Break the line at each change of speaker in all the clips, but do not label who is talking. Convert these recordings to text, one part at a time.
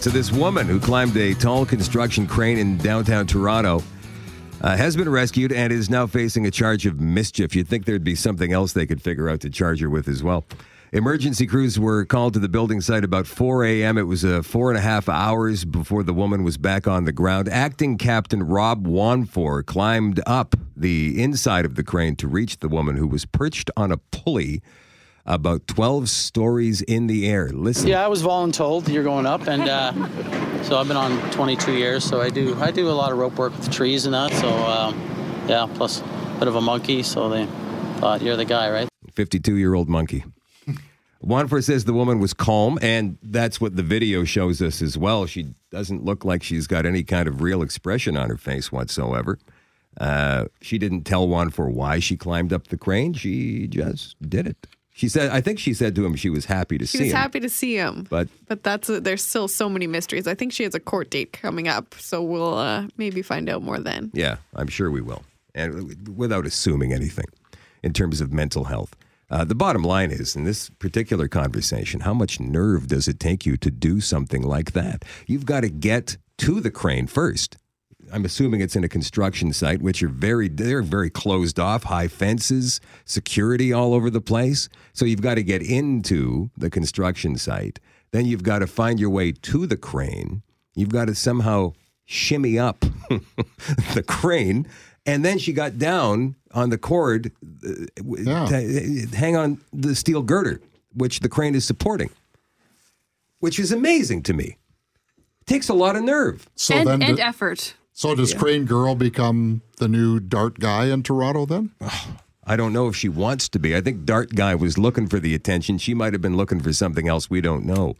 So, this woman who climbed a tall construction crane in downtown Toronto uh, has been rescued and is now facing a charge of mischief. You'd think there'd be something else they could figure out to charge her with as well. Emergency crews were called to the building site about 4 a.m. It was uh, four and a half hours before the woman was back on the ground. Acting Captain Rob Wanfor climbed up the inside of the crane to reach the woman who was perched on a pulley about 12 stories in the air. Listen.
Yeah, I was voluntold you're going up, and uh, so I've been on 22 years, so I do I do a lot of rope work with trees and that. So um, yeah, plus a bit of a monkey, so they thought you're the guy, right?
52 year old monkey. Wanford says the woman was calm, and that's what the video shows us as well. She doesn't look like she's got any kind of real expression on her face whatsoever. Uh, she didn't tell Wanford why she climbed up the crane. She just did it. She said, I think she said to him she was happy to
She
see
was
him.
happy to see him,
But-
but that's there's still so many mysteries. I think she has a court date coming up, so we'll uh, maybe find out more then.
Yeah, I'm sure we will. And w- without assuming anything in terms of mental health. Uh, the bottom line is, in this particular conversation, how much nerve does it take you to do something like that? You've got to get to the crane first. I'm assuming it's in a construction site, which are very they're very closed off, high fences, security all over the place. So you've got to get into the construction site. Then you've got to find your way to the crane. You've got to somehow shimmy up the crane. And then she got down on the cord, uh, w-
Yeah.
to, uh, hang on the steel girder, which the crane is supporting, which is amazing to me. Takes a lot of nerve.
So
and
then,
and
do-
effort.
so does Crane Girl become the new dart guy in Toronto? Then
I don't know if she wants to be. I think Dart Guy was looking for the attention. She might have been looking for something else. We don't know.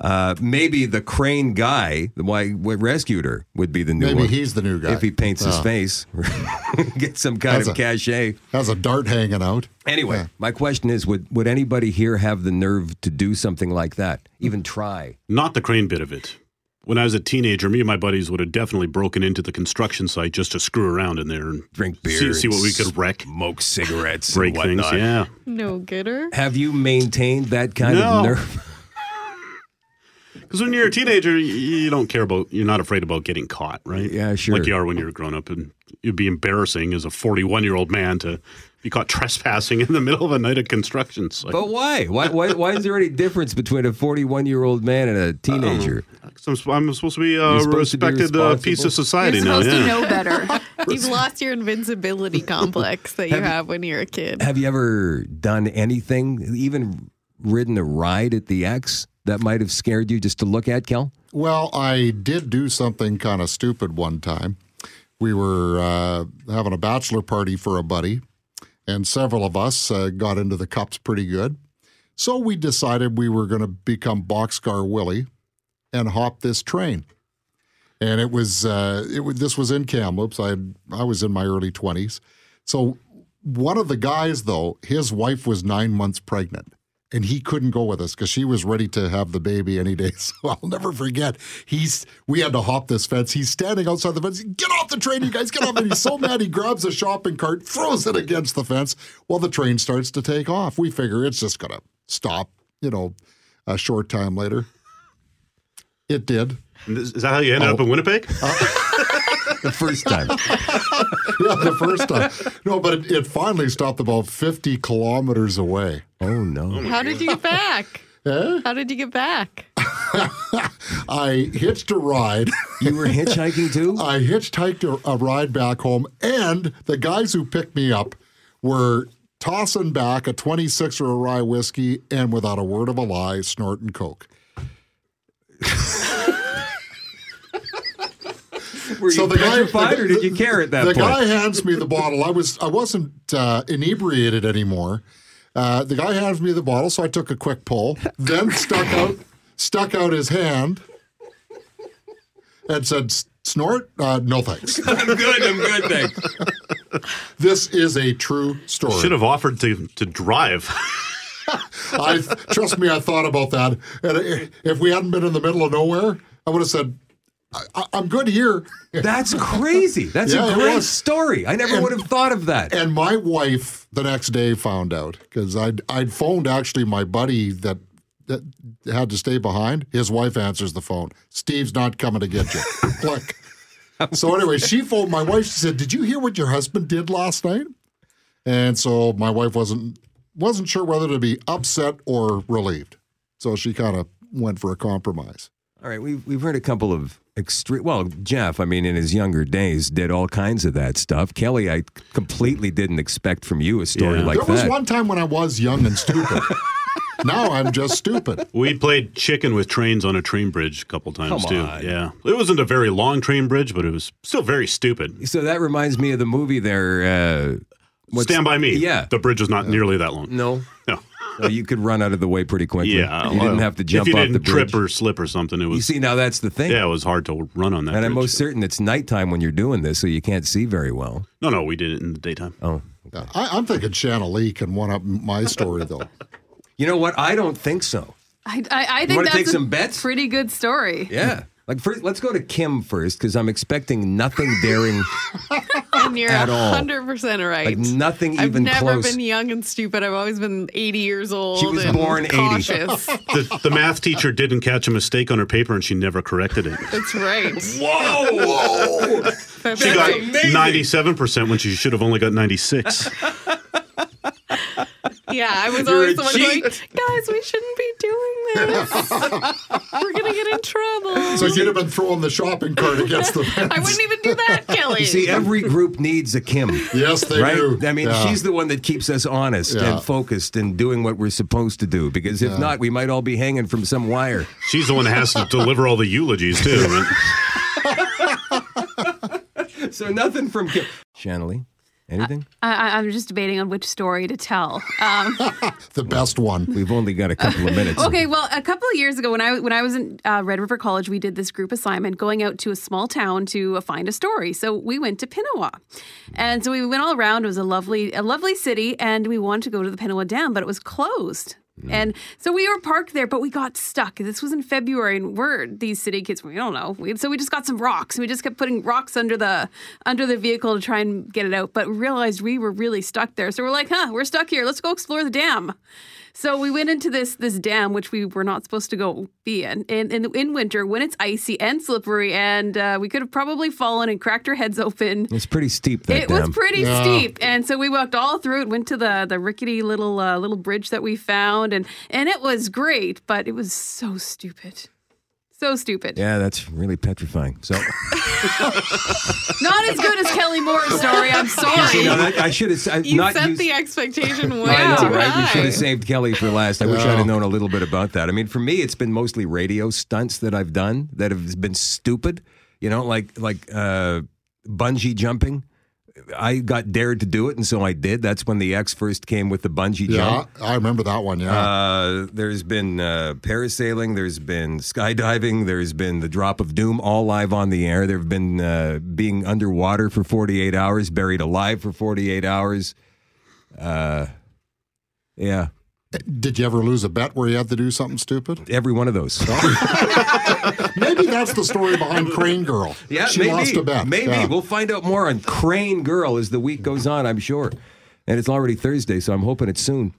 Uh, maybe the crane guy, the why what rescued her, would be the new
maybe
one.
he's the new guy
if he paints his
Yeah.
face, get some kind
That's
of
a-
cachet.
Has a dart hanging out.
Anyway, my question is: Would would anybody here have the nerve to do something like that? Even try?
Not the crane bit of it. When I was a teenager, me and my buddies would have definitely broken into the construction site just to screw around in there and
Drink beer
see,
and
see what we could wreck,
Smoke cigarettes,
break things. Yeah,
No gooder.
Have you maintained that kind
No.
of nerve?
because when you're a teenager, you, you don't care about, you're not afraid about getting caught, right?
Yeah, sure.
Like you are when you're grown up, and it'd be embarrassing as a 41 year old man to be caught trespassing in the middle of a night of construction site.
But why? Why? Why, why is there any difference between a forty-one-year-old man and a teenager?
So I'm, I'm supposed to be a
You're supposed to be
respected uh, piece
responsible.
of society
You're
now.
supposed
yeah.
to know better.
You've lost your invincibility complex that you have when you're a kid.
Have you ever done anything, even ridden a ride at the X that might have scared you just to look at, Kel?
Well, I did do something kind of stupid one time. We were uh, having a bachelor party for a buddy, and several of us uh, got into the cups pretty good. So we decided we were going to become Boxcar Willie and hop this train. And it was uh, it was this was in Kamloops. I had, I was in my early twenties. So one of the guys though, his wife was nine months pregnant, and he couldn't go with us because she was ready to have the baby any day. So I'll never forget. He's we had to hop this fence. He's standing outside the fence. Get off the train, you guys! Get off! And he's so mad he grabs a shopping cart, throws it against the fence. While the train starts to take off, we figure it's just gonna stop. You know, a short time later, it did.
And Is is that how you
Oh.
ended up in Winnipeg?
The first time.
yeah, the first time. No, but it, it finally stopped about 50 kilometers away.
oh no!
How did you get back? How did you get back?
I hitched a ride.
You were hitchhiking too?
I hitchhiked a, a ride back home, and the guys who picked me up were tossing back a 26 or a rye whiskey and without a word of a lie, snorting Coke.
Were
so
you
the guy-
petrified, or did you care at that
the
point?
guy hands me the bottle. I was I wasn't uh, inebriated anymore. Uh, the guy hands me the bottle, so I took a quick pull, then stuck out stuck out his hand and said, "Snort? Uh, no thanks.
I'm good. I'm good. Thanks.
This is a true story."
Should have offered to, to drive.
I trust me, I thought about that, and i- if we hadn't been in the middle of nowhere, I would have said, I, I, "I'm good here."
That's crazy. That's
Yeah,
a
it
great
was.
story. I never would have thought of that.
And my wife the next day found out because I'd, I'd phoned actually my buddy that that had to stay behind, his wife answers the phone. Steve's not coming to get you. Click. So anyway, she phoned my wife. She said, "Did you hear what your husband did last night?" And so my wife wasn't wasn't sure whether to be upset or relieved. So she kind of went for a compromise.
All right, we've, we've heard a couple of extreme. Well, Jeff, I mean, in his younger days, did all kinds of that stuff. Kelly, I completely didn't expect from you a story
Yeah.
like
there was
that.
one time when I was young and stupid. now I'm just stupid.
We played chicken with trains on a train bridge a couple times
Come
too.
on.
Yeah, it wasn't a very long train bridge, but it was still very stupid.
So that reminds me of the movie there. Uh, what's-
Stand by me.
Yeah.
the bridge was not nearly that long.
no.
No.
So uh, you could run out of the way pretty quickly.
Yeah,
You
well,
didn't have to jump
if you
off
didn't
the bridge.
trip or slip or something. It
you
was
see, now that's the thing.
yeah, it was hard to run on that.
and I'm
bridge.
most certain it's nighttime when you're doing this, so you can't see very well.
no, no, we did it in the daytime.
Oh.
I, I'm thinking Shanna Lee can one up my story though.
You know what? I don't think so.
I, I, I
wanna
think that's
take
a
some bets?
pretty good story.
Yeah. Like first, let's go to Kim first because I'm expecting nothing daring,
And you're
At all.
100% right.
like nothing
I've
even
never
close.
been young and stupid. I've always been 80 years old.
was
and
born 80.
cautious.
The, the math teacher didn't catch a mistake on her paper, and she never corrected it.
That's right.
Oh,
Whoa! Whoa!
That's
She got
right.
amazing.
ninety-seven percent when she should have only got ninety-six.
Yeah, I was
You're
always
a
the one going, guys, we shouldn't be doing this. We're going to get in trouble.
So you'd have been throwing the shopping cart against the
I
fence.
wouldn't even do that, Kelly.
You see, every group needs a Kim.
Yes, they
right?
do.
I mean,
Yeah.
she's the one that keeps us honest
Yeah.
and focused and doing what we're supposed to do. Because if not, we might all be hanging from some wire.
She's the one that has to deliver all the eulogies too. right?
So nothing from Kim. Shanley, anything?
I, I- I'm just debating on which story to tell. Um,
the best one.
We've only got a couple of minutes.
okay, well, a couple of years ago, when I when I was in uh, Red River College, we did this group assignment going out to a small town to uh, find a story. So we went to Pinawa, and so we went all around. It was a lovely a lovely city, and we wanted to go to the Pinawa Dam, but it was closed. And so we were parked there, but we got stuck. This was in February, and we're these city kids. We don't know. We, so we just got some rocks, and we just kept putting rocks under the under the vehicle to try and get it out. But realized we were really stuck there. So we're like, "Huh, we're stuck here. Let's go explore the dam." So we went into this this dam, which we were not supposed to go be in, in in, in winter when it's icy and slippery, and uh, we could have probably fallen and cracked our heads open.
It's pretty steep, that
It
dam.
was pretty steep, and so we walked all through it. Went to the the rickety little uh, little bridge that we found, and and it was great, but it was so stupid, so stupid.
yeah, that's really petrifying. So, you
Not as good as Kelly Moore's story. I'm sorry.
know, that- I should have I-
you
not
set
used-
the expectation way
I know,
too
right? We
high.
should have saved Kelly for last. I wish I'd have known a little bit about that. I mean, for me, it's been mostly radio stunts that I've done that have been stupid. You know, like like uh, bungee jumping. I got dared to do it, and so I did. That's when the X first came with the bungee
Yeah,
jump.
I remember that one. Yeah.
Uh, there's been uh, parasailing, there's been skydiving, there's been the drop of doom, all live on the air. There have been uh, being underwater for 48 hours, buried alive for 48 hours. Uh, yeah.
Did you ever lose a bet where you had to do something stupid?
every one of those.
Maybe that's the story behind Crane Girl. she lost a bet.
Maybe
Yeah.
we'll find out more on Crane Girl as the week goes on. I'm sure. And it's already Thursday, so I'm hoping it's soon.